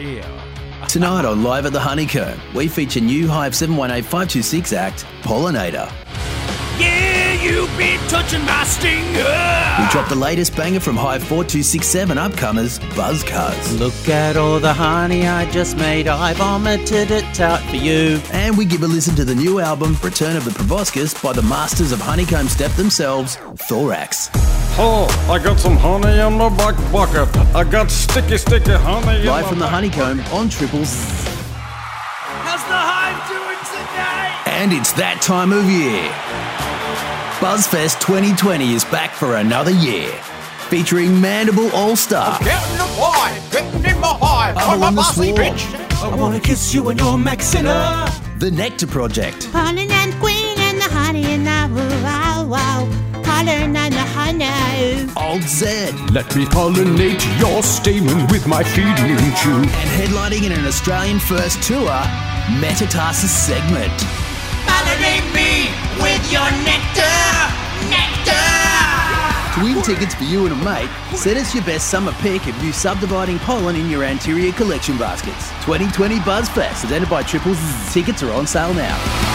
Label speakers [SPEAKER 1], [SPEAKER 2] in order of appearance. [SPEAKER 1] Yeah.
[SPEAKER 2] Tonight on Live at the Honeycomb, we feature new Hive 718 526 act, Pollinator.
[SPEAKER 1] Yeah, you've been touching my stinger.
[SPEAKER 2] We drop the latest banger from Hive 4267 upcomers, Buzz Cuz.
[SPEAKER 3] Look at all the honey I just made. I vomited it out for you.
[SPEAKER 2] And we give a listen to the new album, Return of the Proboscis, by the masters of honeycomb step themselves, Thorax.
[SPEAKER 4] Oh, I got some honey in my back pocket. I got sticky, sticky honey. in
[SPEAKER 2] Live
[SPEAKER 4] my
[SPEAKER 2] from the
[SPEAKER 4] back
[SPEAKER 2] honeycomb on Triples.
[SPEAKER 1] How's the hive doing today?
[SPEAKER 2] And it's that time of year. BuzzFest 2020 is back for another year, featuring Mandible All Star.
[SPEAKER 5] Getting the wine, getting in my hive.
[SPEAKER 2] I'm
[SPEAKER 5] I'm,
[SPEAKER 2] on the
[SPEAKER 5] a bossy
[SPEAKER 2] sword.
[SPEAKER 5] bitch.
[SPEAKER 1] I wanna kiss you and your maxilla.
[SPEAKER 2] The Nectar Project,
[SPEAKER 6] Pollen and queen and the honey and the woo wow wow. Pollen and the honey.
[SPEAKER 2] Old Zed,
[SPEAKER 5] Let me pollinate your stamen with my feeding tube.
[SPEAKER 2] and headlining in an Australian first tour, Metatarsus segment.
[SPEAKER 6] Pollinate me with your nectar. Nectar.
[SPEAKER 2] To win tickets for you and a mate, send us your best summer pick of you subdividing pollen in your anterior collection baskets. 2020 BuzzFest, presented by Triple Z. Tickets are on sale now.